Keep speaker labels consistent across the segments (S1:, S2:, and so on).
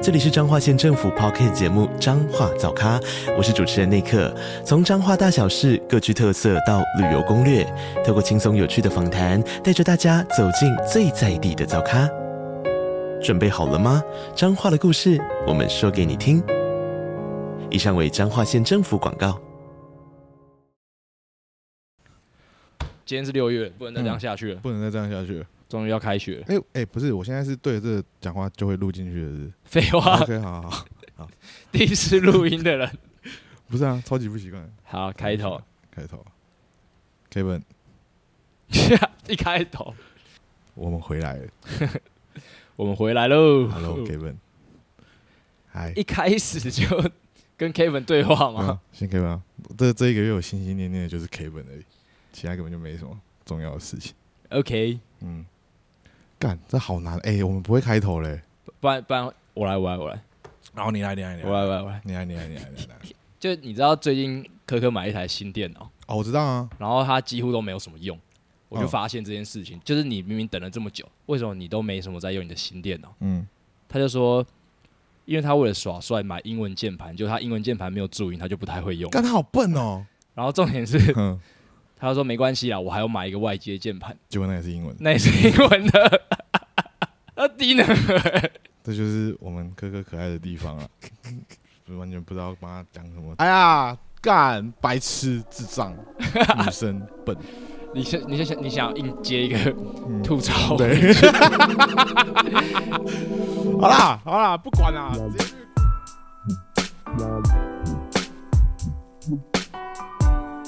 S1: 这里是彰化县政府 p o c k t 节目《彰化早咖》，我是主持人内克。从彰化大小事各具特色到旅游攻略，透过轻松有趣的访谈，带着大家走进最在地的早咖。准备好了吗？彰化的故事，我们说给你听。以上为彰化县政府广告。
S2: 今天是六月，不能再这样下去了，
S3: 不能再这样下去了。
S2: 终于要开学了。
S3: 哎、哎、不是，我现在是对着这个讲话就会录进去的 是
S2: 废 话，
S3: OK，好好好，
S2: 第一次录音的人，
S3: 不是啊，超级不习惯。
S2: 好开头，
S3: 开头，Kevin，
S2: 一开头，
S3: 我们回来了。
S2: 我们回来喽。
S3: Hello，Kevin。嗨，
S2: 一开始就跟 Kevin 对话
S3: 没有
S2: 嘛，
S3: 先 Kevin 啊，这这一个月我心心念念的就是 Kevin 而已，其他根本就没什么重要的事情。
S2: ？OK，
S3: 嗯，干，这好难。哎、我们不会开头嘞。
S2: 不然不然我来我来我来
S3: 然后你来，你来，你
S2: 我来我来我来。
S3: 你来，你来，你来，你来。
S2: 就你知道最近科科买一台新电脑，
S3: 哦，我知道啊，
S2: 然后它几乎都没有什么用，我就
S3: 嗯
S2: 发现这件事情，就是你明明等了这么久，为什么你都没什么在用你的新电脑？
S3: 嗯，
S2: 他就说。因为他为了耍帅买英文键盘，就他英文键盘没有注音，他就不太会用。
S3: 干他好笨哦。
S2: 然后重点是，
S3: 哼，
S2: 他说没关系啦，我还要买一个外接键盘，
S3: 结果那也是英文。
S2: 那也是英文的。 那低能 儿，
S3: 这就是我们可可可爱的地方啊！我完全不知道帮他讲什么。哎呀，干，白痴，智障，女生笨，
S2: 你先，你先想，你想硬接一个
S3: 嗯
S2: 吐槽，
S3: 对。 好啦，好啦，不管啦。直接去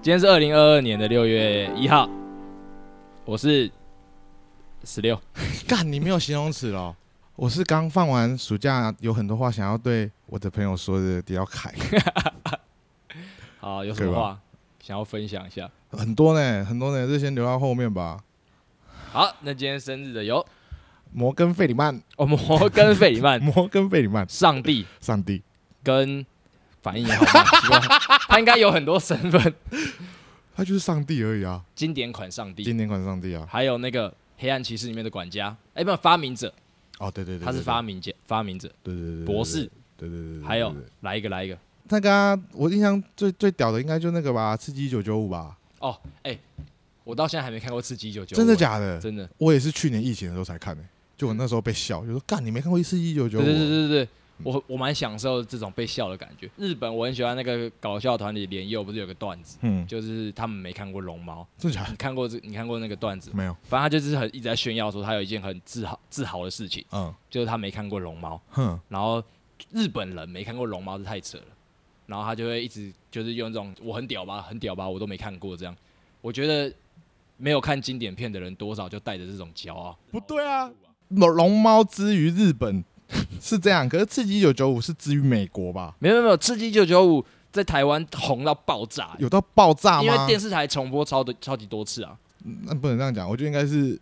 S2: 今天是二零二二年的六月一号，我是十六，
S3: 干，你没有形容词了。哦我是刚放完暑假，有很多话想要对我的朋友说的，迪奥凯
S2: 好，有什么话想要分享一下？
S3: 很多呢，很多呢，这先留到后面吧。
S2: 好，那今天生日的有
S3: 摩根费里曼，
S2: 哦，摩根费里 曼、
S3: 摩根费里曼，
S2: 上帝
S3: 上帝，
S2: 跟反应也好慢，奇怪他应该有很多身份，
S3: 他就是上帝而已啊，
S2: 经典款上帝，
S3: 经典款上帝啊。
S2: 还有那个黑暗骑士里面的管家，哎，不，发明者，
S3: 哦，对对对，
S2: 他是
S3: 对
S2: 发明者，发明者，
S3: 对对对对对
S2: 博士，
S3: 对对对，对
S2: 还有
S3: 对对
S2: 来一个，来一个。
S3: 那个啊、我印象最最屌的应该就那个吧，《刺激一九九五》吧，
S2: 哦，哎、我到现在还没看过《刺激一九九五》，啊哎
S3: 真的假的？
S2: 真的，
S3: 我也是去年疫情的时候才看的、就我那时候被笑，就说干你没看过《刺激一九九
S2: 对
S3: 五》？啊
S2: 对对对
S3: 嗯
S2: 对，我我蛮享受这种被笑的感觉。日本我很喜欢那个搞笑团体莲佑，不是有个段子，
S3: 嗯，
S2: 就是他们没看过龙猫，
S3: 真的假的？
S2: 你看过这？你看过那个段子吗？
S3: 没有，
S2: 反正他就是很一直在炫耀说他有一件很自豪自豪的事情，
S3: 嗯
S2: 就是他没看过龙猫，
S3: 哼，
S2: 然后日本人没看过龙猫是太扯了，然后他就会一直就是用这种我很屌吧，很屌吧，我都没看过这样。我觉得没有看经典片的人多少就带着这种骄傲。
S3: 不对啊，龙龙猫之于日本 是这样，可是《刺激一九九五》是之于美国吧？
S2: 没有没有没有，《刺激九九五》在台湾红到爆炸，
S3: 有到爆炸
S2: 因为
S3: 吗？
S2: 电视台重播超的超级多次啊。
S3: 那不能这样讲，我觉得应该是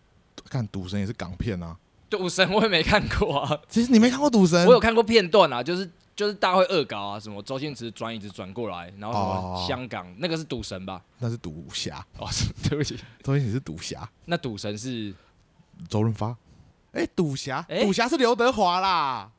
S3: 看《赌神》也是港片啊。
S2: 赌神我也没看过啊，
S3: 其实你没看过《赌神
S2: 我》有，看过片段啊，就是就是大家会恶搞啊，什么周星驰转椅子转过来，然后什么
S3: 哦
S2: 香港那个是赌神吧？
S3: 那是赌侠，
S2: 哦，是对不起，
S3: 周星驰是赌侠，
S2: 那赌神是
S3: 周润发。哎、赌侠，
S2: 哎 ，
S3: 赌侠是刘德华啦。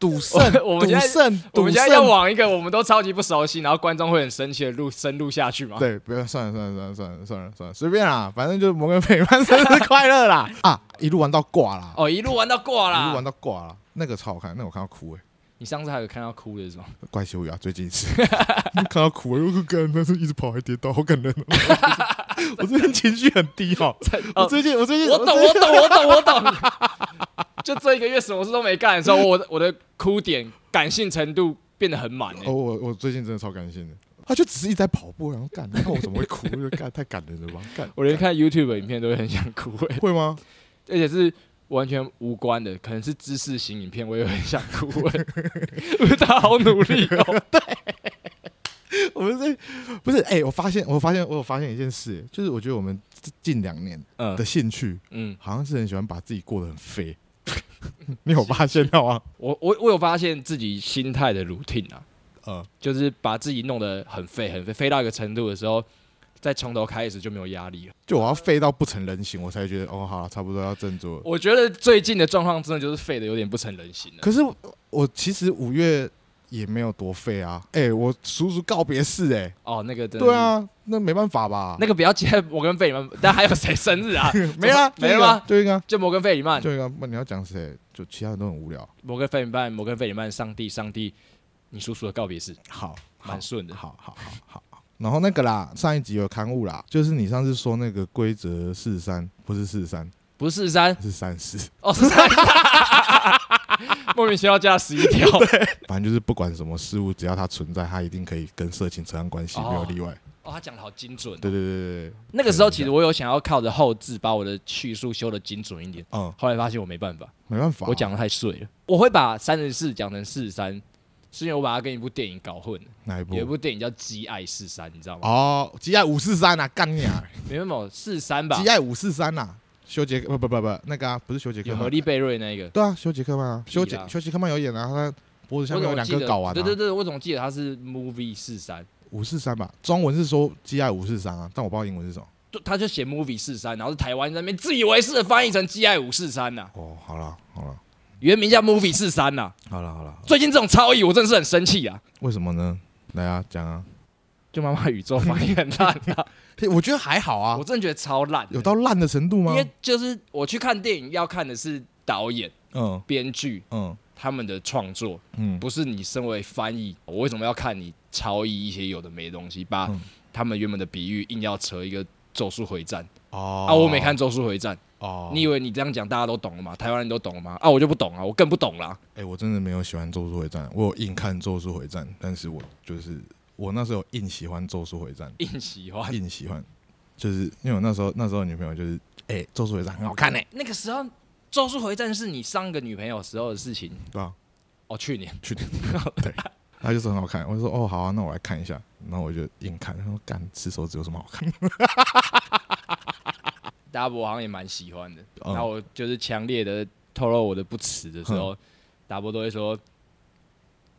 S3: 赌圣
S2: 我
S3: 赌
S2: 们现在
S3: 圣，
S2: 我
S3: 赌
S2: 们现在要
S3: 圣。
S2: 往一个我们都超级不熟悉，然后观众会很生气的路深入下去嘛？
S3: 对，不要算了算了算了算了算了算了，随便啦，反正就是摩根费曼生日快 乐啦啊！一路玩到挂啦，
S2: 哦，一路玩到挂
S3: 一路玩
S2: 啦。
S3: 到挂啦，那个超好看，那个我看到哭哎、
S2: 你上次还有看到哭的是吗？
S3: 怪羞呀，最近一次 看到哭，我又感但是一直跑还跌倒，好感人、哦。 我最近情绪很低 哦，我最近我最近
S2: 我懂，
S3: 最
S2: 我
S3: 近
S2: 懂，我懂，我懂。就这一个月什么事都没干的时候，我的我的哭点感性程度变得很满欸
S3: 哦，我我最近真的超感性的，他就只是一直在跑步，然后干，那我怎么会哭？就干太感人了吧？干
S2: 我连看 YouTube 影片都会很想哭欸
S3: 会吗？
S2: 而且是完全无关的，可能是知识型影片，我也会想哭、欸。 不是他好努力哦，
S3: 我们这不是哎、我发现我发现我有发现一件事、就是我觉得我们近两年
S2: 嗯
S3: 的兴趣
S2: 嗯，
S3: 好像是很喜欢把自己过得很废。 你有发现到吗？
S2: 我我我有发现自己心态的 routine 啊，
S3: 呃，
S2: 就是把自己弄得很废很废，废到一个程度的时候，再从头开始就没有压力了。
S3: 就我要废到不成人形，我才觉得哦，好了，差不多要振作了。
S2: 我觉得最近的状况真的就是废的有点不成人形了。
S3: 可是我我其实五月也没有多废啊，哎、我叔叔告别式、哎，
S2: 哦，那个真的是
S3: 对，啊，那没办法吧？
S2: 那个不要接摩根费里曼， 但还有谁生日啊？
S3: 没啦，
S2: 没了吗？
S3: 就一个啊，
S2: 就摩根费里曼，
S3: 就一个啊，不，你要讲谁？就其他人都很无聊。
S2: 摩根费里曼，摩根费里曼，上帝，上帝，你叔叔的告别式
S3: 好，好
S2: 蛮顺的。
S3: 好好好好。好然后那个啦，上一集有刊物啦，就是你上次说那个规则四三，不是四三，
S2: 不是三
S3: 是三四，
S2: 哦，是三， 莫名其妙加十一 条，
S3: 反正就是不管什么事物，只要它存在，它一定可以跟色情扯上关系，
S2: 哦
S3: 没有例外。
S2: 哦，他讲的好精准、
S3: 对对对对对，
S2: 那个时候其实我有想要靠着后置把我的叙述修的精准一点，
S3: 嗯，
S2: 后来发现我没办法，
S3: 没办法，
S2: 我讲的太碎了。我会把三十四讲成四十三，是因为我把它跟一部电影搞混了。
S3: 哪一部
S2: 有一？部电影叫《基爱四三》，你知道吗？
S3: 哦，基爱五四三啊，干你 啊！
S2: 没有没有四三吧
S3: 基？爱五四三呐，修杰克不不不不，那个啊，不是修杰克
S2: 有
S3: 曼
S2: 何力贝瑞那一个，
S3: 对啊，修杰克曼啊，
S2: 屁啦
S3: 修杰修杰克曼有演啊，他脖子下
S2: 我怎
S3: 面有
S2: 么
S3: 两
S2: 记
S3: 个
S2: 得？
S3: 睾丸啊，
S2: 对对对，我怎么记得它是 movie 四三？
S3: 五四三吧，中文是说基爱五四三啊，但我不知道英文是什么。
S2: 就他就写 movie 四三，然后是台湾在那边自以为是的翻译成《基爱五四三》呐，
S3: 哦，好了好了
S2: 原名叫 movie 四三呐。
S3: 好了好了，
S2: 最近这种超译，我真的是很生气啊！
S3: 为什么呢？来啊，讲啊，
S2: 就妈妈宇宙翻译很烂啊，
S3: 我觉得还好 啊
S2: 我，真的觉得超烂的。
S3: 有到烂的程度吗
S2: 因？为就是我去看电影要看的是导演、
S3: 嗯
S2: 编剧
S3: 嗯
S2: 他们的创作，
S3: 嗯，
S2: 不是你身为翻译，我为什么要看你超译一些有的没的东西，把
S3: 嗯
S2: 他们原本的比喻硬要扯一个《咒术回战》
S3: 哦
S2: 啊？我没看《咒术回战》，
S3: 哦，
S2: 你以为你这样讲大家都懂了吗？台湾人都懂了吗？啊，我就不懂啊，我更不懂啦。
S3: 哎，我真的没有喜欢《咒术回战》，我有硬看《咒术回战》，但是我就是我那时候硬喜欢《咒术回战》，
S2: 硬喜欢。
S3: 硬喜欢，就是因为我那时候那时候的女朋友就是，哎、咒术回战》很好看呢、欸
S2: 那个时候，《咒术回战》是你上个女朋友时候的事情
S3: 对啊吧、
S2: 哦，去年。
S3: 她就说很好看，我就说哦好啊，那我来看一下，然后我就硬看，然后干吃手指有什么好看？
S2: 大伯好像也蛮喜欢的。
S3: 嗯
S2: 然后我就是强烈的透露我的不耻的时
S3: 嗯
S2: 候，大伯都会说：“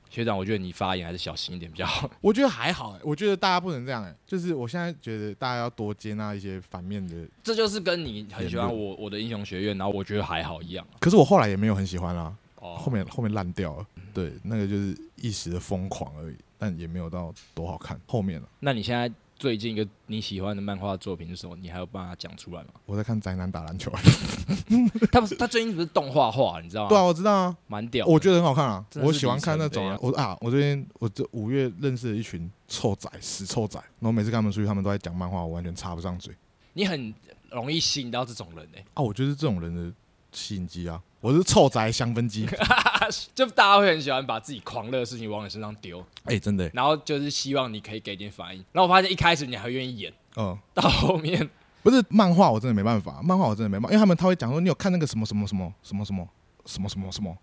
S2: 学长，我觉得你发言还是小心一点比较好。
S3: 我觉得还好、哎，我觉得大家不能这样哎、就是我现在觉得大家要多接纳一些反面的，”
S2: 这就是跟你很喜欢我我的英雄学院，然后我觉得还好一样。啊
S3: 可是我后来也没有很喜欢啦、
S2: 哦，
S3: 后面后面烂掉了，对，那个就是一时的疯狂而已，但也没有到多好看。后面了，啊
S2: 那你现在最近一个你喜欢的漫画作品是什么？你还有办法讲出来吗？
S3: 我在看宅男打篮球，
S2: 他 不是他最近不是动画化，你知道吗？
S3: 对啊，我知道啊，
S2: 蛮屌的。
S3: 我觉得很好看啊，
S2: 真的
S3: 我
S2: 是
S3: 喜欢看那种啊
S2: 里。
S3: 我啊，我最近我这五月认识了一群臭仔，死臭仔，然后每次跟他们出去，他们都在讲漫画，我完全插不上嘴
S2: 你很容易吸引到这种人欸诶、
S3: 啊。我就是这种人的吸引机啊，我是臭宅香氛 机。
S2: 啊就大家会很喜欢把自己狂热的事情往你身上丢，
S3: 哎、真的、欸，
S2: 然后就是希望你可以给点反应。然后我发现一开始你还愿意演，
S3: 嗯。
S2: 到后面
S3: 不是漫画，我真的没办法，漫画我真的没办法，因为他们他会讲说你有看那个什么什么什么什么什么什么什么什么，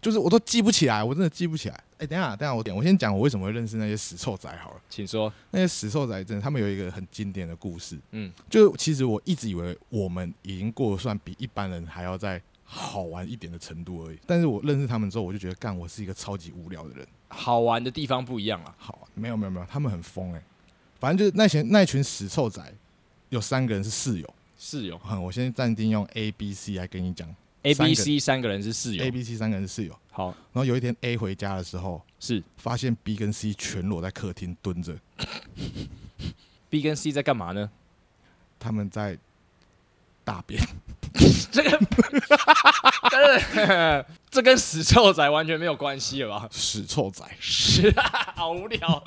S3: 就是我都记不起来，我真的记不起来。哎、等一下等一下，我点我先讲我为什么会认识那些死臭仔好了。
S2: 请说。
S3: 那些死臭仔真的，他们有一个很经典的故事，
S2: 嗯，
S3: 就其实我一直以为我们已经过得算比一般人还要再好玩一点的程度而已，但是我认识他们之后，我就觉得干，我是一个超级无聊的人。
S2: 好玩的地方不一样啦。
S3: 好啊，没有没有没有，他们很疯哎、反正就是那些那一群死臭仔，有三个人是室友。
S2: 是有
S3: 好我先暂定用 A、B、C 来跟你讲
S2: A、B、
S3: 三
S2: C 三个人是哦室
S3: ，A、
S2: 友。
S3: B、C 三个人室友。
S2: 好，
S3: 然后有一天 A 回家的时候，
S2: 是
S3: 发现 B 跟 C 全裸在客厅蹲着，
S2: B 跟 C 在干嘛呢？
S3: 他们在大便。
S2: 这个，呃这跟 死臭仔完全没有关系了吧？
S3: 屎臭仔，
S2: 是啊，好无聊，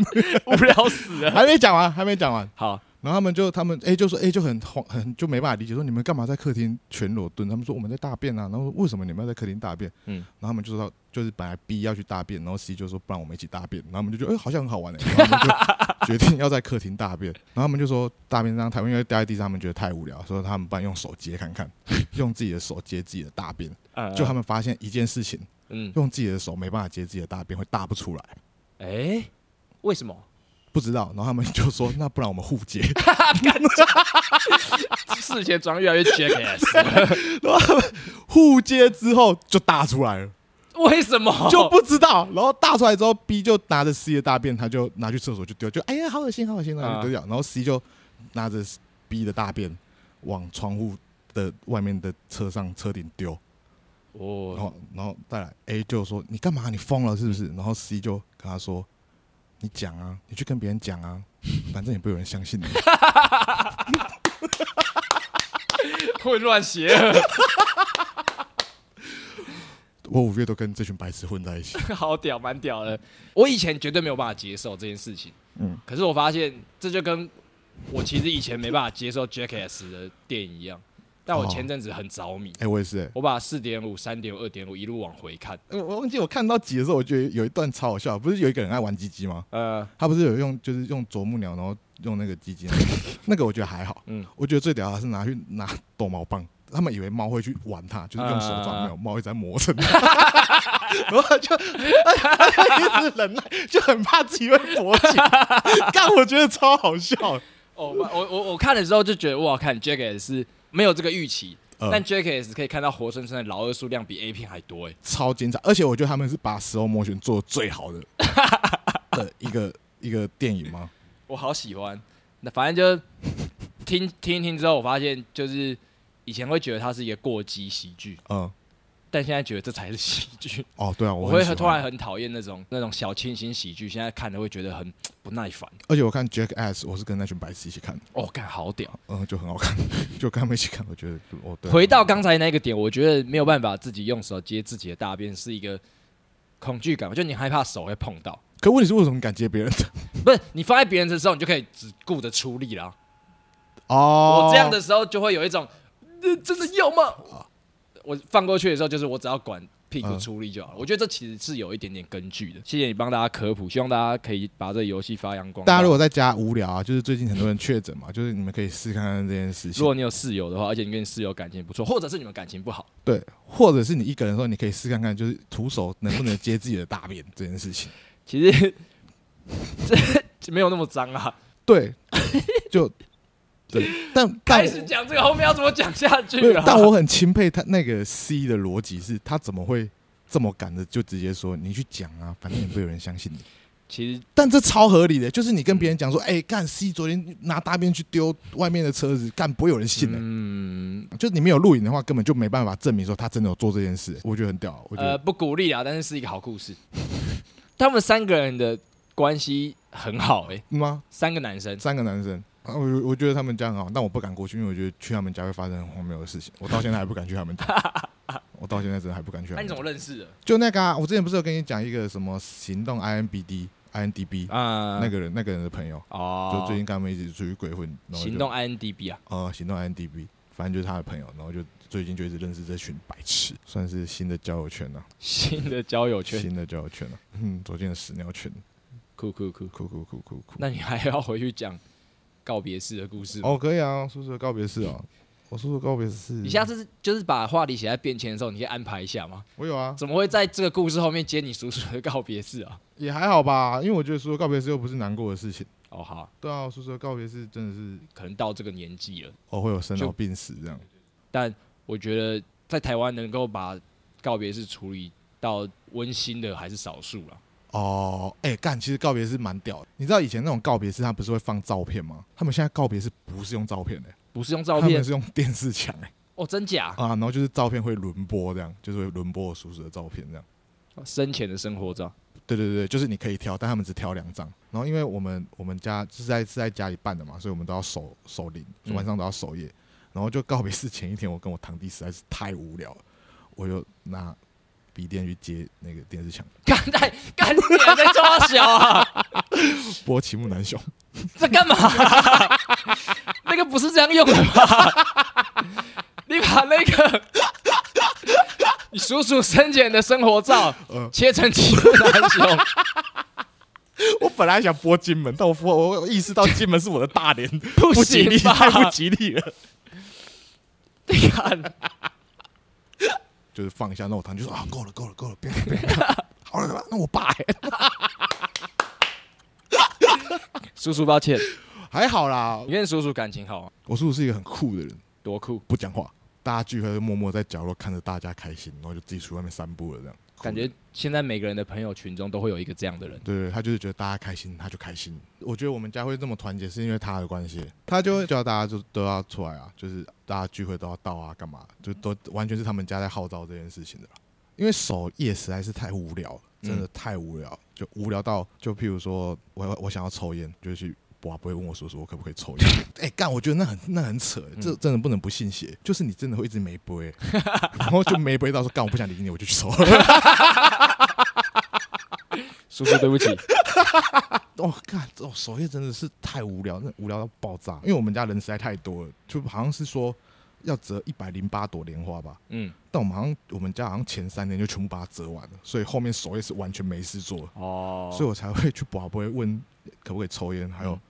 S2: 无聊死了。
S3: 还没讲完，还没讲完。
S2: 好，
S3: 然后他们就他们 A 就说 A 就很慌，很就没办法理解，说你们干嘛在客厅全裸蹲？他们说我们在大便啊。然后说为什么你们要在客厅大便？
S2: 嗯
S3: 嗯，然后他们就说就是本来 B 要去大便，然后 C 就说不然我们一起大便。然后我们就觉得哎、好像很好玩哎、然后他们就决定要在客厅大便。然后他们就说大便这样太因为掉在地上他们觉得太无聊，说他们不然用手接看看，用自己的手接自己的大便。
S2: 呃
S3: 就他们发现一件事情，
S2: 嗯，
S3: 用自己的手没办法接自己的大便会大不出来。
S2: 哎、为什么？
S3: 不知道，然后他们就说：“ 那不然我们互接。
S2: 事前装越来越 jackass，”
S3: 互接之后就大出来了，
S2: 为什么？
S3: 就不知道。然后大出来之后，B 就拿着 C 的大便，他就拿去厕所就丢，就哎呀好恶心，好恶心，然后就丢掉。然后 C 就拿着 B 的大便往窗户的外面的车上车顶丢，然
S2: 哦，
S3: 后然后再来 A 就说：“你干嘛？你疯了是不是？”然后 C 就跟他说：“你讲啊，你去跟别人讲啊，反正也不会有人相信你。”
S2: 混乱邪恶，
S3: 我五月都跟这群白痴混在一起。
S2: 好屌，蛮屌的。我以前绝对没有办法接受这件事情，
S3: 嗯
S2: 可是我发现这就跟我其实以前没办法接受 jackass 的电影一样，但我
S3: 哦
S2: 前阵子很着迷，
S3: 哎、我也是、欸。
S2: 我把四点五、三点五、二点五一路往回看，
S3: 我我忘记我看到几的时候，我觉得有一段超好笑，不是有一个人爱玩鸡鸡吗？
S2: 呃，
S3: 他不是有用就是用啄木鸟，然后用那个鸡鸡， 那个我觉得还好。
S2: 嗯
S3: 嗯，我觉得最屌的是拿去拿逗猫棒，他们以为猫会去玩它，就是用手
S2: 啊
S3: 抓，没有猫一直在磨蹭它，然后就一直忍耐，就很怕自己会勃 起。但我觉得超好笑。
S2: 哦，我我我我看的时候就觉得哇，看 Jackass 是没有这个预期，
S3: 呃
S2: 但 Jackass 可以看到活生生的老二数量比 A 片还多哎，
S3: 超精彩，而且我觉得他们是把《石头魔选》做得最好 的的一个一个电影吗？
S2: 我好喜欢。那反正就听 听一听之后，我发现就是以前会觉得它是一个过激喜剧，
S3: 嗯，
S2: 但现在觉得这才是喜剧。
S3: 哦，对啊，
S2: 我
S3: 我
S2: 会
S3: 很喜欢
S2: 突然，很讨厌那种那种小清新喜剧，现在看了会觉得很不耐烦。
S3: 而且我看《Jackass》，我是跟那群白痴一起看的，
S2: 哦，干好屌！
S3: 嗯，就很好看， 就跟他们一起看，我觉得就哦，对啊，
S2: 回到刚才那个点，我觉得没有办法自己用手接自己的大便是一个恐惧感，就你害怕手会碰到。
S3: 可问题是为什么敢接别人的？
S2: 不是你放在别人的时候，你就可以只顾着出力啦。
S3: 哦，
S2: 我这样的时候就会有一种，呃真的要吗？我放过去的时候，就是我只要管屁股出力就
S3: 哦
S2: 好了。我觉得这其实是有一点点根据的。谢谢你帮大家科普，希望大家可以把这个游戏发扬光大。
S3: 大家如果在家无聊啊，就是最近很多人确诊嘛，就是你们可以试看看这件事
S2: 如
S3: 情
S2: 果。你有室友的话，而且你跟你室友感情不错，或者是你们感情不好，
S3: 对，或者是你一个人的时候，你可以试看看，就是徒手能不能接自己的大便这件事情。
S2: 其实这没有那么脏啊。
S3: 对，就对，但但
S2: 开始讲这个，后面要怎么讲下
S3: 没
S2: 去
S3: 有
S2: 啊？
S3: 但我很钦佩他那个 C 的逻辑是，他怎么会这么赶的就直接说你去讲啊，反正也不会有人相信你。
S2: 其实
S3: 但这超合理的，就是你跟别人讲
S2: 嗯
S3: 说，哎、干 C 昨天拿大便去丢外面的车子，干不会有人信的、
S2: 嗯
S3: 就你没有录影的话，根本就没办法证明说他真的有做这件事。我觉得很屌，我觉得、
S2: 呃不鼓励啊，但是是一个好故事。 他们三个人的关系很好哎、
S3: 嗯吗？
S2: 三个男生。
S3: 三个男生，啊我我觉得他们家很好，但我不敢过去，因为我觉得去他们家会发生很荒谬的事情。我到现在还不敢去他 们家，我到现在真的还不敢去他
S2: 那、
S3: 们
S2: 你
S3: 家
S2: 怎么。认识的？
S3: 就那个、啊，我之前不是有跟你讲一个什么行动 IMBD、INDB，
S2: 啊、
S3: 那个人那个人的朋友，
S2: 哦，
S3: 就最近跟他们一起出去鬼混，然后就
S2: 行动 INDB 啊，
S3: 呃行动 INDB，反正就是他的朋友，然后就最近就一直认识这群白痴，算是新的交友圈呐、
S2: 新的交友圈，
S3: 新的交友圈呐、 嗯，走进了屎尿圈，
S2: 酷酷酷。
S3: 酷酷酷酷酷。
S2: 那你还要回去讲告别式的故事吗？
S3: 哦，可以啊，叔叔的告别式哦，我叔叔告别式，
S2: 你下次就是把话题写在便签的时候，你可以安排一下吗？
S3: 我有啊，
S2: 怎么会在这个故事后面接你叔叔的告别式啊？
S3: 也还好吧，因为我觉得叔叔告别式又不是难过的事情。
S2: 哦，好，
S3: 对啊，叔叔的告别式真的是
S2: 可能到这个年纪了，
S3: 哦会有生
S2: 就
S3: 老病死这样，
S2: 但我觉得在台湾能够把告别式处理到温馨的还是少数啦。
S3: 哦，哎、干，其实告别式蛮屌的。你知道以前那种告别式，他不是会放照片吗？他们现在告别式不是用照片的、
S2: 不是用照
S3: 他
S2: 片
S3: 们是用电视墙、欸，
S2: 哦，真假？
S3: 啊，然后就是照片会轮播，这样就是会轮播我叔叔的照片这样。
S2: 生前的生活照，
S3: 对对对，就是你可以挑，但他们只挑两张。然后因为我们我们家是在是在家里办的嘛，所以我们都要守守灵，
S2: 嗯
S3: 晚上都要守夜。然后就告别式前一天，我跟我堂弟实在是太无聊了，我就拿笔电去接那个电视墙，
S2: 干太干你还在抓小 啊？
S3: 播齐木楠雄。
S2: 在干嘛？ 那个不是这样用的吧？ 你把那个你叔叔生前的生活照
S3: 嗯
S2: 切成几个篮球，
S3: 我本来想播金门，但我播我意识到金门是我的大 连，
S2: 不
S3: 不吉
S2: 行
S3: 利，
S2: 吧
S3: 太不吉利了。
S2: 你看
S3: 就是放一下，那我堂弟就说啊，够了够了够了，别看别看， 好了，那我爸、欸、
S2: 叔叔抱歉，
S3: 还好啦
S2: 你，跟叔叔感情好啊，
S3: 我叔叔是一个很酷的人，
S2: 多酷，
S3: 不讲话，大家聚会就默默在角落看着大家开心，然后就自己出去外面散步了，这样。酷
S2: 感觉
S3: 的
S2: 现在每个人的朋友群中都会有一个这样的人。
S3: 对，他就是觉得大家开心，他就开心。我觉得我们家会这么团结，是因为他的关系，他就会叫大家就都要出来啊，就是大家聚会都要到啊，干嘛，就都完全是他们家在号召这件事情的啦。因为守夜实在是太无聊了，真的
S2: 嗯
S3: 太无聊，就无聊到就譬如说我我想要抽烟，就去我不会问我叔叔我可不可以抽烟。 哎、干，我觉得那很那很扯，欸这真的不能不信邪，就是你真的会 一直没杯，然后就没杯到说干我不想理你，我就去抽。
S2: 叔叔对不起，
S3: 哦，看哦，守夜真的是太无聊，那无聊到爆炸。因为我们家人实在太多了，就好像是说要折一百零八朵莲花吧，
S2: 嗯，
S3: 但我们好像我们家好像前三天就全部把它折完了，所以后面守夜是完全没事做，
S2: 哦，
S3: 所以我才会去宝贝问可不可以抽烟，还有
S2: 嗯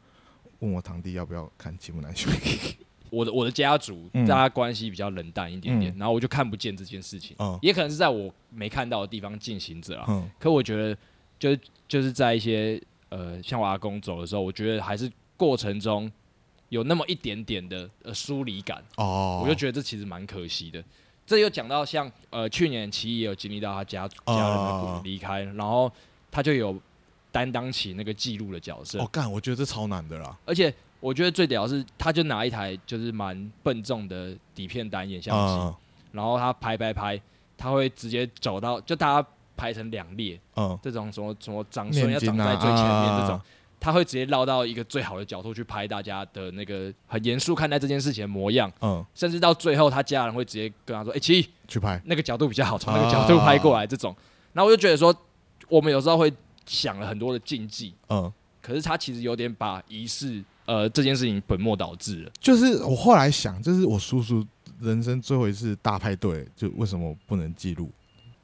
S3: 问我堂弟要不要看《奇木难雄》
S2: 我的我的家族
S3: 嗯
S2: 大家关系比较冷淡一点点，
S3: 嗯
S2: 然后我就看不见这件事情，
S3: 嗯
S2: 也可能是在我没看到的地方进行着啊。
S3: 嗯
S2: 可我觉得就，是就是在一些呃，像我阿公走的时候，我觉得还是过程中有那么一点点的呃疏离感，
S3: 哦，
S2: 我就觉得这其实蛮可惜的。这又讲到像呃，去年奇艺也有经历到他家家人的故
S3: 哦
S2: 离开，然后他就有担当起那个记录的角色，
S3: 哦干，我觉得这超难的啦，
S2: 而且我觉得最屌的是，他就拿一台就是蛮笨重的底片单眼相机，
S3: 嗯
S2: 然后他拍拍拍，他会直接走到就大家排成两列，
S3: 嗯
S2: 这种什么什么长
S3: 嗯，
S2: 孙要
S3: 念
S2: 长
S3: 经
S2: 在
S3: 啊，
S2: 最前面这种
S3: 啊，，
S2: 他会直接绕到一个最好的角度去拍大家的那个很严肃看待这件事情的模样，
S3: 嗯，
S2: 甚至到最后他家人会直接跟他说：“哎、奇艺
S3: 去拍，
S2: 那个角度比较好，从那
S3: 啊
S2: 个角度拍过来。”这种，然后我就觉得说，我们有时候会想了很多的禁忌，
S3: 嗯。
S2: 可是他其实有点把仪式呃这件事情本末倒置了。
S3: 就是我后来想，这是我叔叔人生最后一次大派对，就为什么不能记录？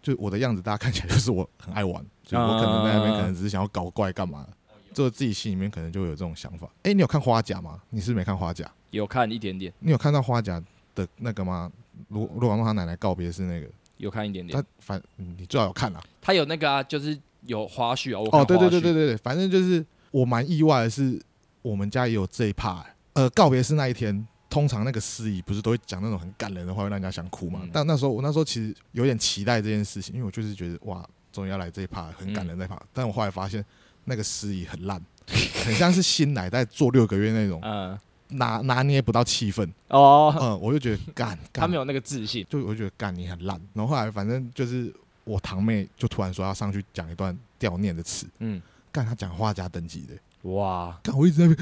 S3: 就我的样子，大家看起来就是我很爱玩，就我可能在那边
S2: 啊
S3: 可能只是想要搞怪干嘛，就自己心里面可能就会有这种想法。哎、你有看花甲吗？你是不是没看花甲？
S2: 有看一点点，
S3: 你有看到花甲的那个吗？罗罗广仲他奶奶告别是那个，
S2: 有看一点点
S3: 他。反嗯你最好有看啦、
S2: 他有那个啊，就是有花絮啊。我看
S3: 哦，对对对
S2: 花
S3: 对
S2: 絮，
S3: 对对，反正就是我蛮意外的是，我们家也有这一趴、呃，告别式那一天，通常那个司仪不是都会讲那种很感人的话，会让人家想哭嘛。
S2: 嗯
S3: 但那时候我那时候其实有点期待这件事情，因为我就是觉得哇，终于要来这一趴，很
S2: 嗯
S3: 感人那一趴。但我后来发现那个司仪很烂， 很像是新来在做六个月那种，
S2: 嗯，
S3: 拿拿捏不到气氛。
S2: 哦，
S3: 嗯，我就觉得干，
S2: 他
S3: 干
S2: 没有那个自信。
S3: 就我就觉得干你很烂。然后后来反正就是我堂妹就突然说要上去讲一段悼念的词，
S2: 嗯，
S3: 干她讲话加等级的。
S2: 哇，
S3: 干，我一直在那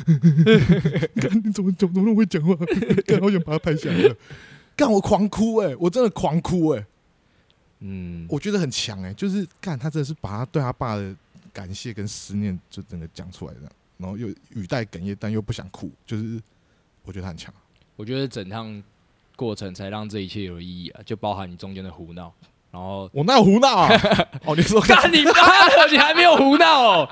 S3: 边， 干你怎么怎么那么会讲话？ 干，好想把它拍下来了。干，我狂哭哎、我真的狂哭哎、
S2: 嗯，
S3: 我觉得很强哎、就是干他真的是把他对他爸的感谢跟思念就整个讲出来这样，然后又语带哽咽，但又不想哭，就是我觉得他很强。
S2: 我觉得整趟过程才让这一切有意义啊，就包含你中间的胡闹，然后
S3: 我哪有胡闹啊？ 哦，你说
S2: 干你妈的，你还没有胡闹哦，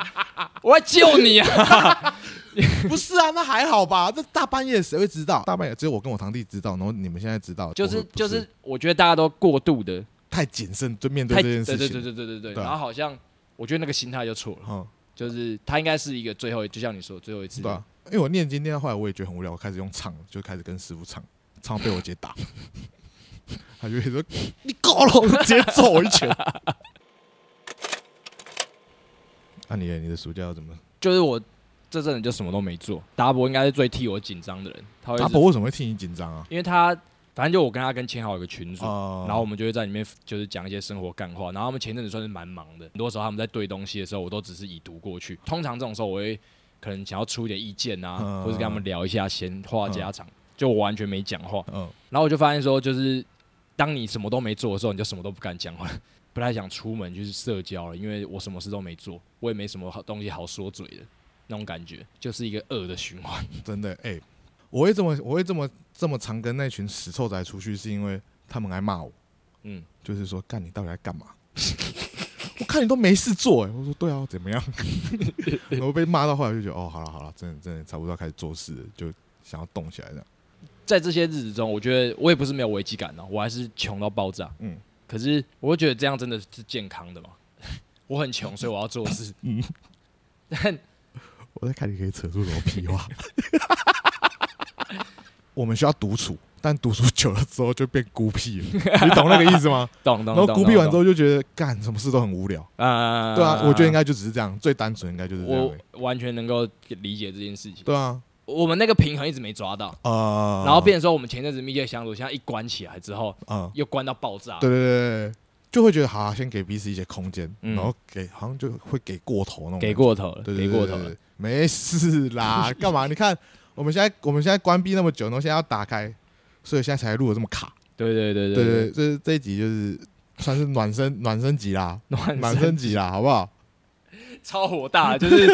S2: 我要救你啊！
S3: 不是啊？那还好吧，这大半夜谁会知道？大半夜只有我跟我堂弟知道，然后你们现在知道，
S2: 就
S3: 我
S2: 是
S3: 们不
S2: 就是，我觉得大家都过度的
S3: 太谨慎对面对
S2: 太
S3: 这
S2: 对
S3: 件
S2: 对
S3: 事
S2: 对
S3: 情。
S2: 对对对对，
S3: 对啊
S2: 然后好像我觉得那个心态就错了。
S3: 嗯。
S2: 就是他应该是一个最后，就像你说的最后一次。
S3: 对、啊，因为我念经念到后来，我也觉得很无聊，我开始用唱，就开始跟师傅唱，唱到被我姐 打，他就会说你够了，我就直接揍我一拳。那、你你的暑假要怎么？
S2: 就是我这阵子就什么都没做。达博应该是最替我紧张的人，他会一直
S3: 阿伯为什么会替你紧张啊？
S2: 因为他反正就我跟他跟千豪有个群组，
S3: 哦
S2: 然后我们就会在里面就是讲一些生活干话。然后他们前阵子算是蛮忙的，很多时候他们在对东西的时候，我都只是已读过去。通常这种时候，我会可能想要出一点意见啊，
S3: 嗯
S2: 或者跟他们聊一下闲话家常，就我完全没讲话。
S3: 嗯，
S2: 然后我就发现说，就是当你什么都没做的时候，你就什么都不敢讲话， 不太想出门去社交了，因为我什么事都没做，我也没什么好东西好说嘴的那种感觉，就是一个恶的循环。
S3: 真的哎、我会这么我会这么这么常跟那群死臭仔出去，是因为他们爱骂我，
S2: 嗯，
S3: 就是说干你到底在干嘛？ 我看你都没事做哎、我说对啊，怎么样？ 然后被骂到后来就觉得哦，好了好了，真的真的差不多要开始做事了，就想要动起来这样。
S2: 在这些日子中，我觉得我也不是没有危机感哦，我还是穷到爆炸。
S3: 嗯
S2: 嗯，可是我会觉得这样真的是健康的嘛？我很穷，所以我要做事。嗯，但
S3: 我在看你可以扯出什么屁话。 我们需要独处，但独处久了之后就变孤僻了，你懂那个意思吗？
S2: 懂 懂
S3: 然后
S2: 懂，
S3: 孤僻完之
S2: 后，
S3: 后就觉得干什么事都很无聊。
S2: 啊
S3: 对啊，我觉得应
S2: 该
S3: 该就只是这样，最单纯应该就是这样
S2: 我
S3: 而已。
S2: 完全能够理解这件事情。
S3: 对啊，
S2: 我们那个平衡一直没抓到，
S3: 呃，
S2: 然后变成说我们前阵子密切相处，现在一关起来之后
S3: 啊，
S2: 又关到爆炸。
S3: 对对对对，就会觉得好啊，先给彼此一些空间，
S2: 嗯
S3: 然后给好像就会给过头那种感觉，
S2: 给过头了，
S3: 对，
S2: 给
S3: 对
S2: 过头，
S3: 对
S2: 了
S3: 对。对没事啦，干嘛？你看我们现在我们现在关闭那么久，然后现在要打开，所以现在才录的这么卡。
S2: 对对对
S3: 对对，这这一集就是算是暖身暖身集啦，
S2: 对，
S3: 暖身集啦，好不 好？
S2: 超火大，就是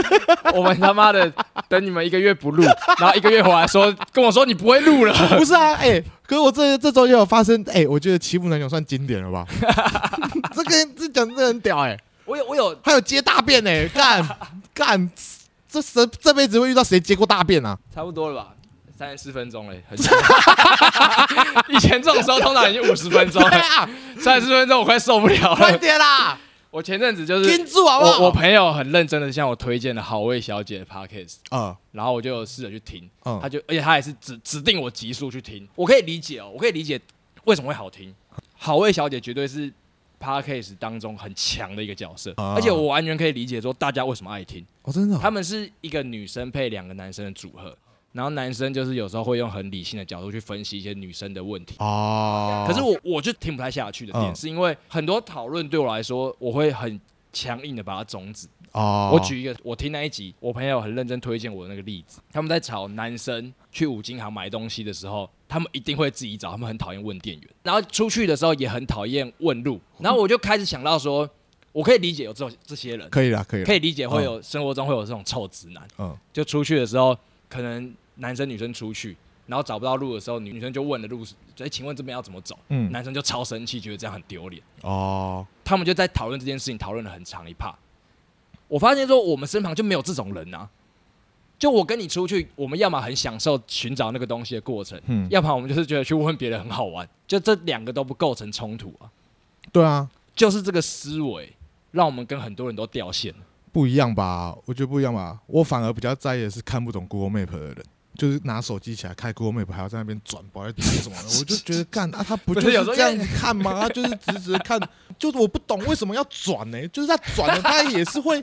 S2: 我们他妈的等你们一个月不录，然后一个月回来说跟我说你不会录了，
S3: 不是啊，哎、可是我这这周也有发生，哎、我觉得欺负男友算经典了吧？ 这个这讲真的很屌哎、
S2: 我有我有
S3: 还有接大便哎、干 干，这这这辈子会遇到谁接过大便 啊？
S2: 差不多了吧，三十四分钟嘞，很久。 以前这种时候通常已经五十分钟
S3: 对
S2: 了，
S3: 啊，
S2: 三十分钟我快受不了
S3: 快
S2: 了。
S3: 点啦，
S2: 我前阵子就是
S3: 盯住好不好？
S2: 我我朋友很认真的向我推荐了好味小姐的 podcast，
S3: 啊，
S2: 然后我就有试着去听，
S3: 嗯
S2: 他就而且他也是指指定我集数去听，我可以理解哦，我可以理解为什么会好听。
S3: 嗯
S2: 好味小姐绝对是 podcast 当中很强的一个角色，
S3: 啊
S2: 而且我完全可以理解说大家为什么爱听，
S3: 哦，真的哦、
S2: 他们是一个女生配两个男生的组合，然后男生就是有时候会用很理性的角度去分析一些女生的问题。
S3: 哦，
S2: 可是我我就听不太下去的点，
S3: 嗯
S2: 是因为很多讨论对我来说，我会很强硬的把它终止。
S3: 哦，
S2: 我举一个，我听那一集，我朋友很认真推荐我的那个例子，他们在吵男生去五金行买东西的时候，他们一定会自己找，他们很讨厌问店员，然后出去的时候也很讨厌问路，
S3: 哦
S2: 然后我就开始想到说，我可以理解有这种这些人，
S3: 可以啦，嗯可以啦，
S2: 可以理解会有生活中会有这种臭直男，
S3: 嗯
S2: 就出去的时候，可能男生女生出去，然后找不到路的时候，女女生就问了路，哎，请问这边要怎么走？
S3: 嗯，
S2: 男生就超生气，觉得这样很丢脸。
S3: 哦，
S2: 他们就在讨论这件事情，讨论了很长一趴。我发现说，我们身旁就没有这种人啊。就我跟你出去，我们要么很享受寻找那个东西的过程，
S3: 嗯，
S2: 要么我们就是觉得去问别人很好玩。就这两个都不构成冲突啊。
S3: 对啊，
S2: 就是这个思维，让我们跟很多人都掉线了。
S3: 不一样吧？我觉得不一样吧。我反而比较在意的是看不懂 Google Map 的人，就是拿手机起来开 Google Map，还要在那边转，不知道在转什 么的。我就觉得干啊，他不
S2: 不
S3: 就是是
S2: 有时候
S3: 这样子看吗？他就是直直的看，就是我不懂为什么要转呢、就是他转了，他也是会，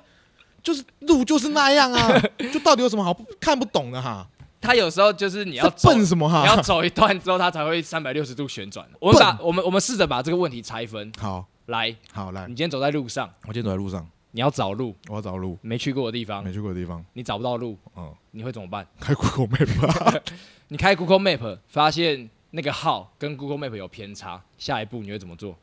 S3: 就是路就是那样 啊，就到底有什么好不看不懂的哈？
S2: 他有时候就是你要
S3: 这
S2: 走
S3: 笨什么
S2: 你要
S3: 哈？
S2: 走一段之后，他才会三百六十度旋转。我们把我们我们试着把这个问题拆分
S3: 好
S2: 来。
S3: 好来
S2: 你，今天走在路上，
S3: 我今天走在路上，
S2: 你要找路，
S3: 我要找路，
S2: 没去过的地方
S3: 没，去过的地方，
S2: 你找不到路，
S3: 嗯，
S2: 你会怎么办？
S3: 开 Google Map 啊
S2: 你开 Google Map 发现那个号跟 Google Map 有偏差，下一步你会怎么做？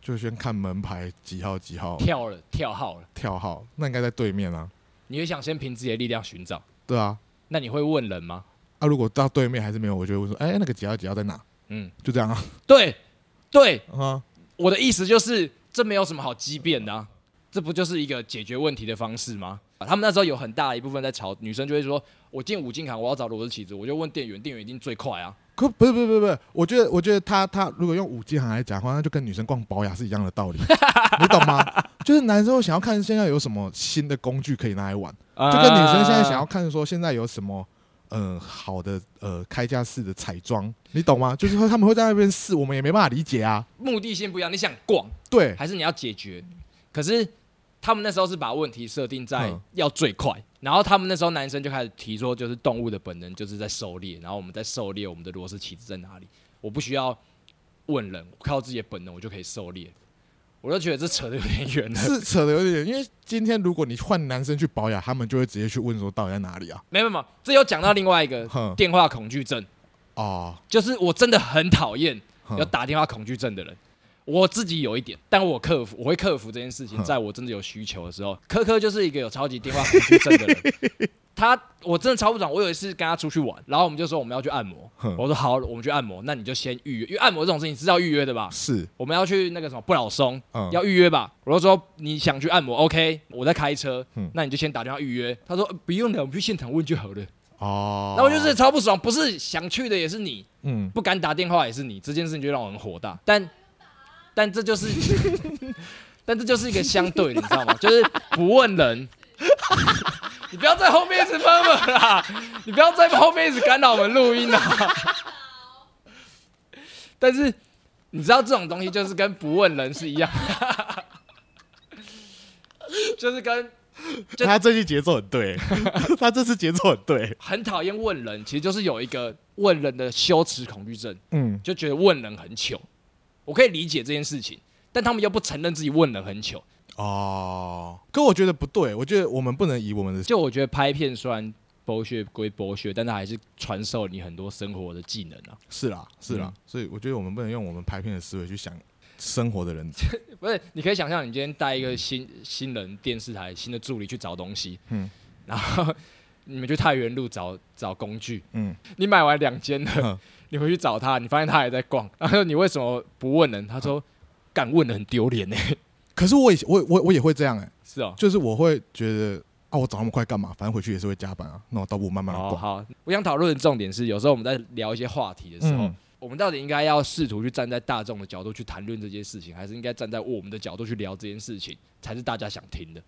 S3: 就先看门牌几号几号
S2: 跳了，跳号了。
S3: 跳号，那应该在对面啊。
S2: 你会想先凭自己的力量寻找，
S3: 对啊，
S2: 那你会问人吗？
S3: 啊，如果到对面还是没有，我就会问说，哎、那个几号几号在哪？
S2: 嗯，
S3: 就这样啊，
S2: 对，对，
S3: 啊，
S2: 我的意思就是这没有什么好激辩的、啊，这不就是一个解决问题的方式吗？啊他们那时候有很大的一部分在吵，女生就会说：“我进五金行，我要找罗氏起子，我就问店员，店员一定最快啊。
S3: 可不是不是不是不是，我觉得我觉得他他如果用五金行来讲的话，那就跟女生逛宝雅是一样的道理，你懂吗？就是男生会想要看现在有什么新的工具可以拿来玩，”
S2: 啊
S3: 就跟女生现在想要看说现在有什么。呃，好的，呃，开架式的彩妆，你懂吗？就是说他们会在那边试，我们也没办法理解啊。
S2: 目的性不一样，你想逛
S3: 对，
S2: 还是你要解决？可是他们那时候是把问题设定在
S3: 嗯
S2: 要最快，然后他们那时候男生就开始提说，就是动物的本能就是在狩猎，然后我们在狩猎，我们的螺丝起子在哪里？我不需要问人，我靠自己的本能我就可以狩猎。我就觉得这扯的有点远了。
S3: 是扯的有点远，因为今天如果你换男生去保养，他们就会直接去问说到底在哪里啊？
S2: 没有没有，这又讲到另外一个
S3: 哼，
S2: 电话恐惧症，
S3: 哦，
S2: 就是我真的很讨厌
S3: 哼
S2: 有打电话恐惧症的人。我自己有一点，但我克服，我会克服这件事情。
S3: 哼
S2: 在我真的有需求的时候，科科就是一个有超级电话恐惧症的人。 他我真的超不爽。我有一次跟他出去玩，然后我们就说我们要去按摩，
S3: 哼
S2: 我说好，我们去按摩，那你就先预约，因为按摩这种事情是要预约的吧？
S3: 是，
S2: 我们要去那个什么不老松，
S3: 嗯，
S2: 要预约吧？我就说你想去按摩，OK，我在开车，
S3: 嗯
S2: 那你就先打电话预约。他说呃不用了，我们去现场问就好了。
S3: 哦，
S2: 那我就是超不爽，不是想去的也是你，
S3: 嗯，
S2: 不敢打电话也是你，这件事情就让我很火大。但但这就是， 但这就是一个相对的，你知道吗？就是不问人。 你不要在后面一直喷我啦！你不要在后面一直干扰我们录音啦！但是你知道这种东西就是跟不问人是一样的， 就是跟就
S3: 他最近节奏很 对，他这次节奏很对，
S2: 很讨厌问人，其实就是有一个问人的羞耻恐惧症。
S3: 嗯，
S2: 就觉得问人很糗。我可以理解这件事情，但他们又不承认自己问人很糗。
S3: 哦，可我觉得不对，我觉得我们不能以我们的
S2: 就我觉得拍片虽然剥削归剥削，但它还是传授你很多生活的技能啊。
S3: 是啦是啦，所以我觉得我们不能用我们拍片的思维去想生活的人，
S2: 不是，你可以想象你今天带一个新新人电视台新的助理去找东西，嗯
S3: 嗯，
S2: 然后你们去太原路找找工具，
S3: 嗯，
S2: 你买完两间了
S3: 嗯，
S2: 你回去找他，你发现他还在逛，然后你为什么不问人？他说敢问人很丢脸呢。
S3: 可是我也我我我也会这样哎、
S2: 是哦，
S3: 就是我会觉得啊，我找那么快干嘛？反正回去也是会加班啊，那我倒不如慢慢来
S2: 哦，
S3: 逛。
S2: 好，我想讨论的重点是，有时候我们在聊一些话题的时候，
S3: 嗯
S2: 我们到底应该要试图去站在大众的角度去谈论这件事情，还是应该站在我们的角度去聊这件事情，才是大家想听的？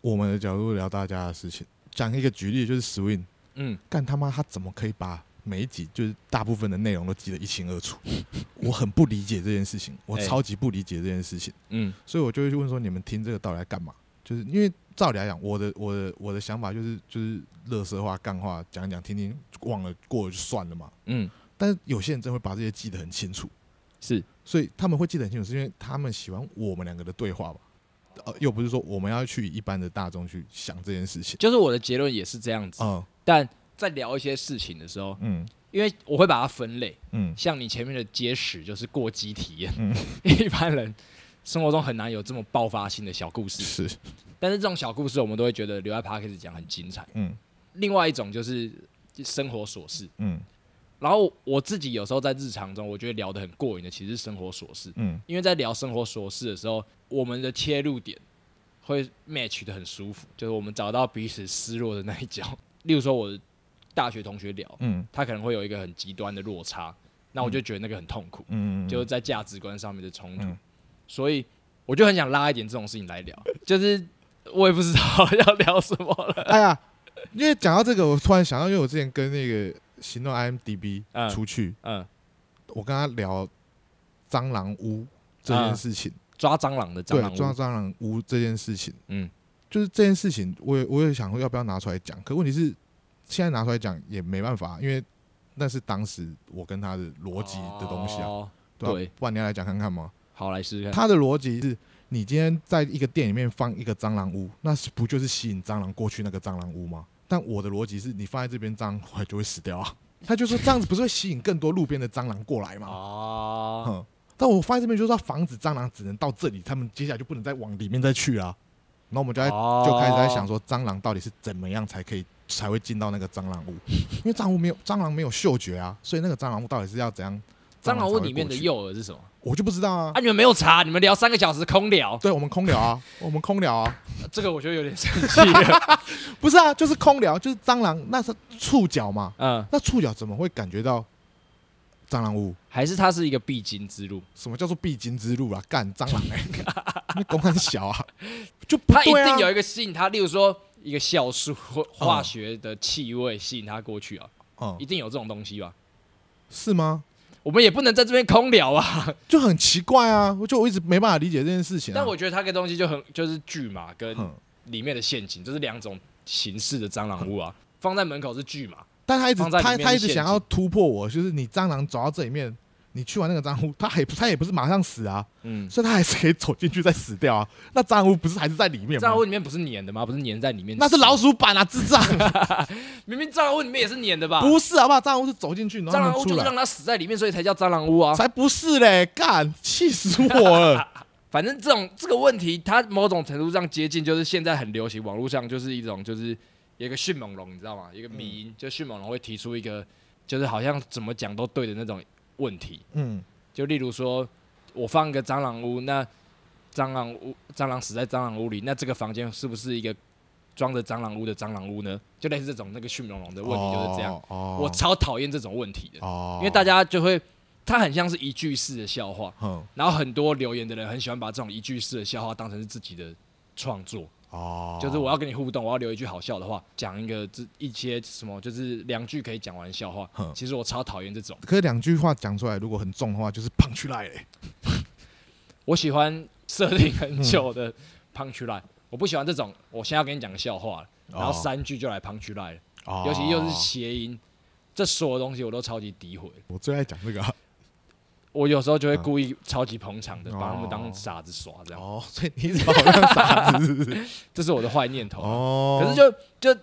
S3: 我们的角度聊大家的事情，讲一个举例就是 Swing，
S2: 嗯，
S3: 干他妈他怎么可以把每一集就是大部分的内容都记得一清二楚？ 我很不理解这件事情，我
S2: 哎
S3: 超级不理解这件事情，
S2: 嗯，
S3: 所以我就会去问说你们听这个到底在干嘛？就是因为照理来讲，我的我的我的想法就是就是乐色话、干话讲一讲听听，忘了过了就算了嘛。
S2: 嗯，
S3: 但是有些人真的会把这些记得很清楚，
S2: 是，
S3: 所以他们会记得很清楚，是因为他们喜欢我们两个的对话吧？呃，又不是说我们要去一般的大众去想这件事情。
S2: 就是我的结论也是这样子。
S3: 嗯
S2: 但在聊一些事情的时候，
S3: 嗯
S2: 因为我会把它分类，
S3: 嗯
S2: 像你前面的结实就是过激体验，
S3: 嗯
S2: 一般人生活中很难有这么爆发性的小故 事，
S3: 是
S2: 但是这种小故事我们都会觉得留在 p a r k e 讲很精彩。
S3: 嗯
S2: 另外一种就是生活琐事，
S3: 嗯
S2: 然后我自己有时候在日常中，我觉得聊得很过瘾的，其实是生活琐事。
S3: 嗯
S2: 因为在聊生活琐事的时候，我们的切入点会 match 的很舒服，就是我们找到彼此失落的那一角。 例如说，我的大学同学聊，
S3: 嗯
S2: 他可能会有一个很极端的落差，那我就觉得那个很痛苦，
S3: 嗯，
S2: 就是在价值观上面的冲突
S3: 嗯。
S2: 所以我就很想拉一点这种事情来聊， 就是我也不知道要聊什么了。
S3: 哎呀，因为讲到这个，我突然想到，因为我之前跟那个行动 IMDB
S2: 嗯
S3: 出去，
S2: 嗯，
S3: 我跟他聊蟑螂屋这件事情，
S2: 抓蟑螂啊的蟑
S3: 对，
S2: 螂屋，
S3: 抓蟑螂屋这件事情，
S2: 嗯，
S3: 就是这件事情，我也我也想说要不要拿出来讲，可问题是现在拿出来讲也没办法，因为那是当时我跟他的逻辑的东西啊，
S2: 哦
S3: 对吧
S2: 对
S3: 不然你要来讲看看吗？
S2: 好，来试试看。
S3: 他的逻辑是。你今天在一个店里面放一个蟑螂屋，那是不就是吸引蟑螂过去那个蟑螂屋吗？但我的逻辑是你放在这边，蟑螂回来就会死掉 啊。他就说这样子不是会吸引更多路边的蟑螂过来吗？
S2: 哦，
S3: 嗯，但我发现这边就是要防止蟑螂只能到这里，他们接下来就不能再往里面再去啦。然后我们就在、
S2: 哦
S3: 就开始在想说，蟑螂到底是怎么样才可以才会进到那个 蟑螂屋？因为蟑螂屋没有蟑螂没有嗅觉啊，所以那个蟑螂屋到底是要怎样？
S2: 蟑螂屋
S3: 才会
S2: 里面的
S3: 过去
S2: 诱饵是什么？
S3: 我就不知道啊。
S2: 啊，你们没有查，你们聊三个小时空聊，
S3: 对我们空聊啊， 我们空聊啊，
S2: 这个我觉得有点生气 了。
S3: 不是啊，就是空聊，就是蟑螂，那是触角嘛，
S2: 嗯，
S3: 那触角怎么会感觉到蟑螂屋？
S2: 还是它是一个必经之路，
S3: 什么叫做必经之路啊？干蟑螂哎、 那公很小啊，就不
S2: 它一
S3: 对啊
S2: 定有一个吸引它，例如说一个酵素或化学的气味吸引它过去啊，
S3: 嗯
S2: 一定有这种东西吧？
S3: 是吗？
S2: 我们也不能在这边空聊 啊。
S3: 就很奇怪啊，我就我一直没办法理解这件事情、啊。
S2: 但我觉得它个东西就很就是巨马跟
S3: 哼，
S2: 里面的陷阱，这是两种形式的蟑螂屋啊。放在门口是巨马，
S3: 但他一直
S2: 放在里
S3: 他
S2: 面的
S3: 他一直
S2: 陷阱
S3: 想要突破我，就是你蟑螂走到这里面，你去完那个脏污，他还他也不是马上死啊，
S2: 嗯，
S3: 所以他还是可以走进去再死掉啊。那脏污不是还是在里面
S2: 藏
S3: 吗
S2: 污？里面不是粘的吗？不是粘在里面？
S3: 那是老，鼠板啊，智障！
S2: 明明蟑螂屋里面也是粘的吧？
S3: 不是好不好？蟑螂屋是走进去，然后
S2: 蟑螂屋
S3: 出
S2: 啊就是
S3: 来，
S2: 让它死在里面，所以才叫蟑螂屋啊。
S3: 才不是嘞！干，气死我了！
S2: 反正这种这个问题，它某种程度上接近，就是现在很流行网络上就是一种就是有一个迅猛龙，你知道吗？有一个
S3: 嗯
S2: 迷因，就迅猛龙会提出一个就是好像怎么讲都对的那种问题，
S3: 嗯，
S2: 就例如说我放一个蟑螂屋，那蟑螂屋蟑螂死在蟑螂屋里，那这个房间是不是一个装着蟑螂屋的蟑螂屋呢？就类似这种那个迅猛龙的问题就是这样，
S3: 哦。哦
S2: 我超讨厌这种问题的，
S3: 哦，
S2: 因为大家就会它很像是一句式的笑话。
S3: 嗯
S2: 然后很多留言的人很喜欢把这种一句式的笑话当成是自己的创作，
S3: 哦，
S2: 就是我要跟你互动，我要留一句好笑的话，讲一个这一些什么，就是两句可以讲完的笑话
S3: 哼。
S2: 其实我超讨厌这种，
S3: 可是两句话讲出来，如果很重的话，就是胖去赖嘞。
S2: 我喜欢设定很久 的 punch line，我不喜欢这种。我现在要跟你讲个笑话了，然后
S3: 哦
S2: 三句就来 punch line，了
S3: 哦
S2: 尤其又是谐音，这所有东西我都超级诋毁。
S3: 我最爱讲 这个啊。
S2: 我有时候就会故意超级捧场的，把他们当
S3: 哦
S2: 傻子耍这样，
S3: 哦，所以你一直把我当傻子是 不是？
S2: 这是我的坏念头啊。
S3: 哦，
S2: 可是就就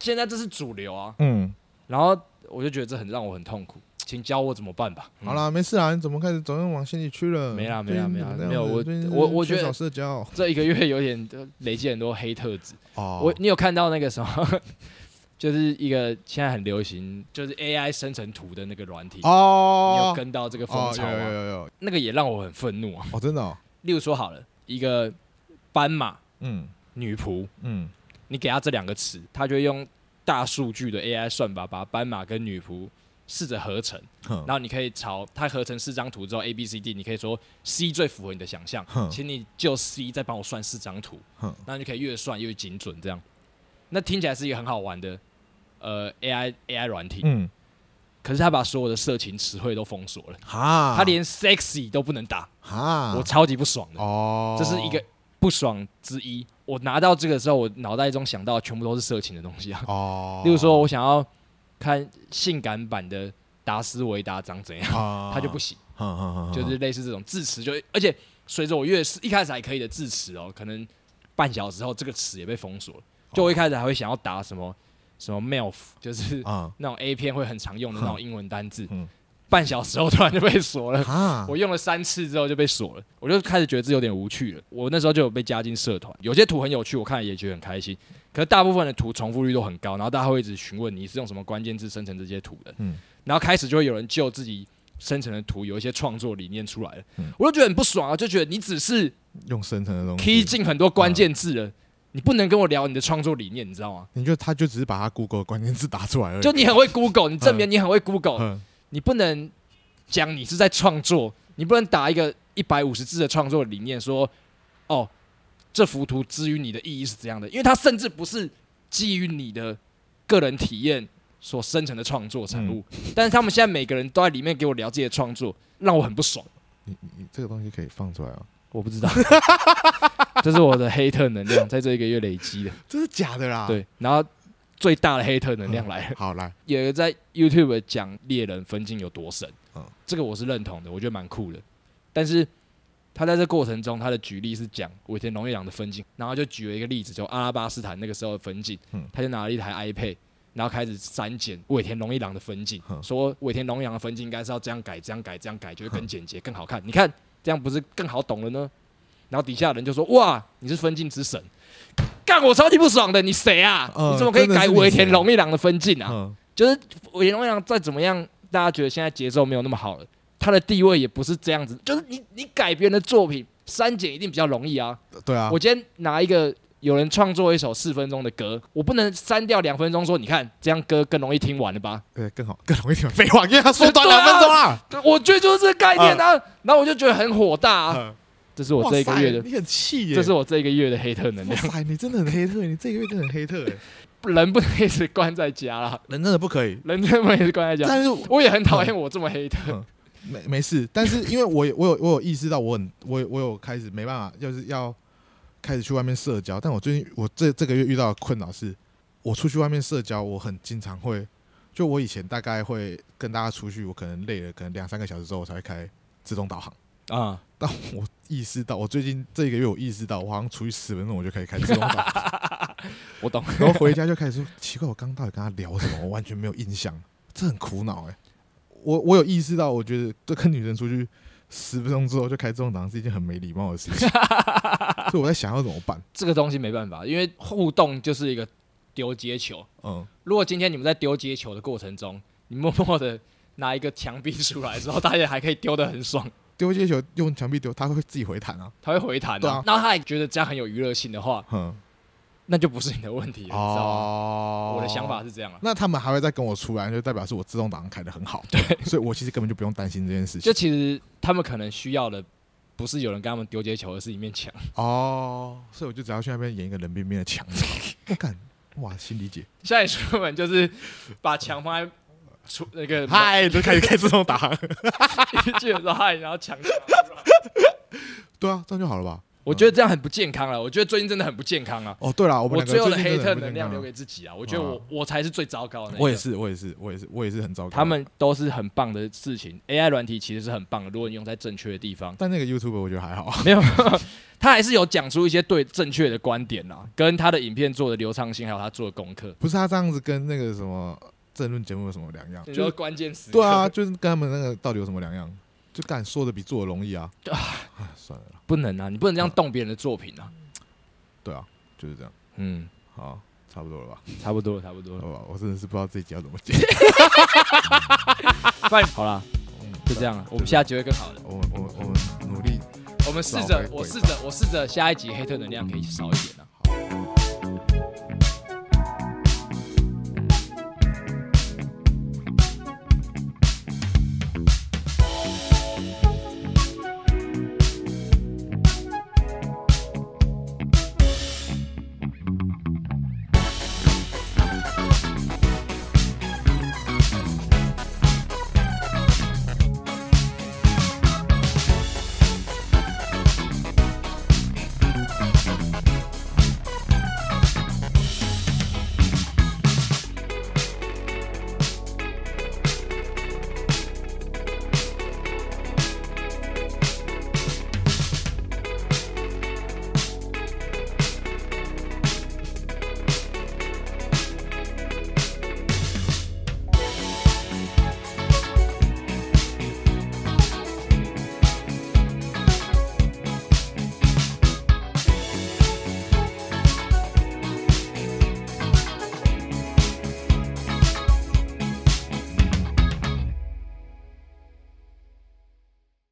S2: 现在这是主流啊，
S3: 嗯，
S2: 然后我就觉得这很让我很痛苦，请教我怎么办吧。
S3: 好啦，没事啦，你怎么开始走向往心里去了？
S2: 嗯没啦没
S3: 最
S2: 啦
S3: 近
S2: 没
S3: 怎
S2: 啦
S3: 么样
S2: 没有
S3: 了
S2: 我
S3: 最近
S2: 我我
S3: 缺
S2: 觉得
S3: 少社交。
S2: 这一个月有点呃累积很多黑特质。
S3: 哦
S2: 我你有看到那个什么， 就是一个现在很流行，就是 AI 生成图的那个软体，你有
S3: 哦，
S2: 跟到这个风
S3: 哦
S2: 潮啊
S3: 有有
S2: 吗？
S3: 有有，
S2: 那个也让我很愤怒啊。
S3: 哦真的哦，
S2: 例如说好了，一个斑马
S3: 嗯
S2: 女仆，
S3: 嗯，
S2: 你给它这两个词，它就会用大数据的 AI 算法把斑马跟女仆试着合成。
S3: 哼
S2: 然后你可以朝它合成四张图之后 A B C D，你可以说 C 最符合你的想象，
S3: 哼
S2: 请你就 C 再帮我算四张图，
S3: 哼
S2: 那你就可以越算越精准这样。那听起来是一个很好玩的呃 AI AI 软体，
S3: 嗯，
S2: 可是他把所有的色情词汇都封锁了，
S3: 哈，
S2: 他连 sexy 都不能打，
S3: 哈，
S2: 我超级不爽的，
S3: 啊哦，
S2: 这是一个不爽之一。我拿到这个时候，我脑袋中想到的全部都是色情的东西啊，
S3: 哦，
S2: 例如说我想要看性感版的达斯维达长怎样，
S3: 啊，
S2: 他就不行。
S3: 哼，哼哼哼
S2: 就是类似这种字词，就而且随着我越是一开始还可以的字词哦，可能半小时后这个词也被封锁了。
S3: 哦
S2: 就我一开始还会想要打什么什么 MILF，就是
S3: 啊
S2: 那种 A 片会很常用的那种英文单字
S3: 嗯，
S2: 半小时后突然就被锁
S3: 呃
S2: 了。
S3: 哈，
S2: 我用了三次之后就被锁了，我就开始觉得这有点无趣了。我那时候就有被加进社团，有些图很有趣，我看了也觉得很开心。可是大部分的图重复率都很高，然后大家会一直询问你是用什么关键字生成这些图的，
S3: 嗯
S2: 然后开始就会有人就自己生成的图有一些创作理念出来了，
S3: 嗯
S2: 我就觉得很不爽啊，就觉得你只是
S3: 用深层的东
S2: key
S3: 西，
S2: 进很多关键字了，
S3: 嗯
S2: 你不能跟我聊你的创作理念，你知道吗？
S3: 你就他就只是把他 Google 的关键字打出来而已，
S2: 就你很会 Google，你证明你很会 Google，、
S3: 嗯
S2: 你不能讲你是在创作，你不能打一个一百五十字的创作理念说，哦，这幅图之于你的意义是怎样的？因为它甚至不是基于你的个人体验所生成的创作产物，但是他们现在每个人都在里面给我聊自己的创作，让我很不爽。
S3: 你你你这个东西可以放出来啊，
S2: 我不知道， 这是我的黑特能量在这一个月累积的。
S3: 这是假的啦，，嗯
S2: 对，然后最大的黑特能量来了。
S3: 好来，
S2: 有一个在 YouTube 讲猎人分镜有多神，
S3: 嗯
S2: 这个我是认同的，我觉得蛮酷的。但是他在这过程中，他的举例是讲尾田荣一郎的分镜，然后就举了一个例子，就阿拉巴斯坦那个时候的分镜，
S3: 嗯
S2: 他就拿了一台 iPad，然后开始删减尾田荣一郎的分镜，
S3: 嗯
S2: 说尾田荣一郎的分镜应该是要这样改、这样改、这样改，就会更简洁、更好看。你看这样不是更好懂了呢？然后底下人就说：“哇，你是分镜之神！”干我超级不爽的，你谁啊？
S3: 嗯
S2: 你怎么可以
S3: 真的
S2: 改
S3: 是你
S2: 尾
S3: 谁
S2: 田荣一郎的分镜啊？
S3: 嗯
S2: 就是伟龙阳再怎么样，大家觉得现在节奏没有那么好了，他的地位也不是这样子。就是你你改别人的作品删减一定比较容易啊。
S3: 对啊，
S2: 我今天拿一个有人创作一首四分钟的歌，我不能删掉两分钟说你看这样歌更容易听完了吧？
S3: 呃，更好，更容易听完废话，因为他缩 短两分钟啊啦。
S2: 我觉得就是这个概念啊。然后我就觉得很火大啊，
S3: 嗯
S2: 这是我这一个月
S3: 哇塞
S2: 的。
S3: 你很气耶！
S2: 这是我这一个月的黑特能
S3: 哇
S2: 量，
S3: 塞，你真的很黑特，你这个月真的很黑特耶，哎
S2: 人不能一直关在家啦，
S3: 人真的不可以。
S2: 人真的不能一直关在家。
S3: 但是
S2: 我也很讨厌我这么黑特，
S3: 没没事，但是因为我有我有我有意识到我很我有我有开始没办法，就是要开始去外面社交。但我最近我这这个月遇到的困扰是，我出去外面社交，我很经常会就我以前大概会跟大家出去，我可能累了，可能两三个小时之后我才会开自动导航。
S2: 啊、
S3: 但我意识到，我最近这一个月我意识到，我好像出去十分钟我就可以开自动导航，
S2: 我懂。
S3: 然后回家就开始说奇怪，我刚到底跟他聊什么？我完全没有印象，这很苦恼哎、我我有意识到，我觉得这跟女生出去十分钟之后就开自动导航是一件很没礼貌的事 情，所以我在想要怎么办。
S2: 这个东西没办法，因为互动就是一个丢接球。
S3: 嗯，
S2: 如果今天你们在丢接球的过程中，你默默的拿一个墙壁出来之后，大家还可以丢得很爽，
S3: 丢接球用墙壁丢，他会自己回弹啊。
S2: 他会回弹、
S3: 对啊
S2: 然后他还觉得这样很有娱乐性的话，
S3: 哼，
S2: 那就不是你的问题了，你知道吗？
S3: 嗯哦
S2: 我的想法。是这样啊，
S3: 那他们还会再跟我出来，就代表是我自动导航开的很好。对，所以我其实根本就不用担心这件事
S2: 就
S3: 情。
S2: 其实他们可能需要的不是有人跟他们丢接球，而是一面墙。
S3: 哦，所以我就只要去那边演一个冷冰冰的 墙。我干，哇，心理解。
S2: 现在出门就是把墙放在出那个
S3: 嗨，就开始开自动导航。
S2: 一句的时候嗨，然后墙。
S3: 对啊，这样就好了吧？
S2: 我觉得这样很不健康啊了，我觉得最近真的很不健康啊了。
S3: 哦，对了，我们
S2: 我
S3: 两个
S2: 最后的
S3: 近
S2: 黑
S3: 真
S2: 特
S3: 很不
S2: 能量
S3: 健康
S2: 留给自己啊！我觉得我我才是最糟糕的那一个。
S3: 我也是，我也是，我也是，我也是很糟糕。
S2: 他，们都是很棒的事情。AI 软体其实是很棒的，如果你用在正确的地方，
S3: 但那个 YouTube 我觉得还好。啊
S2: 没有， 他还是有讲出一些对正确的观点啦，跟他的影片做的流畅性，还有他做的功课，
S3: 不是他这样子跟那个什么政论节目有什么两样？
S2: 你
S3: 就
S2: 说
S3: 是
S2: 关键词
S3: 对啊，，就是跟他们那个到底有什么两样？就敢说的比做的容易啊！啊，算了啦，
S2: 不能啊，你不能这样动别人的作品啊。
S3: 对啊，就是这样。
S2: 嗯，
S3: 好，差不多了吧？
S2: 差不多了，差不多
S3: 好
S2: 了，
S3: 吧，我真的是不知道这一集要怎么剪。
S2: 快好啦，
S3: 嗯
S2: 就这样了，我们下集会更好的。
S3: 我们我们我们努力
S2: 我们试
S3: 老
S2: 着
S3: 回，
S2: 我
S3: 轨
S2: 试着，我试着下一集黑特能量可以少一点。啊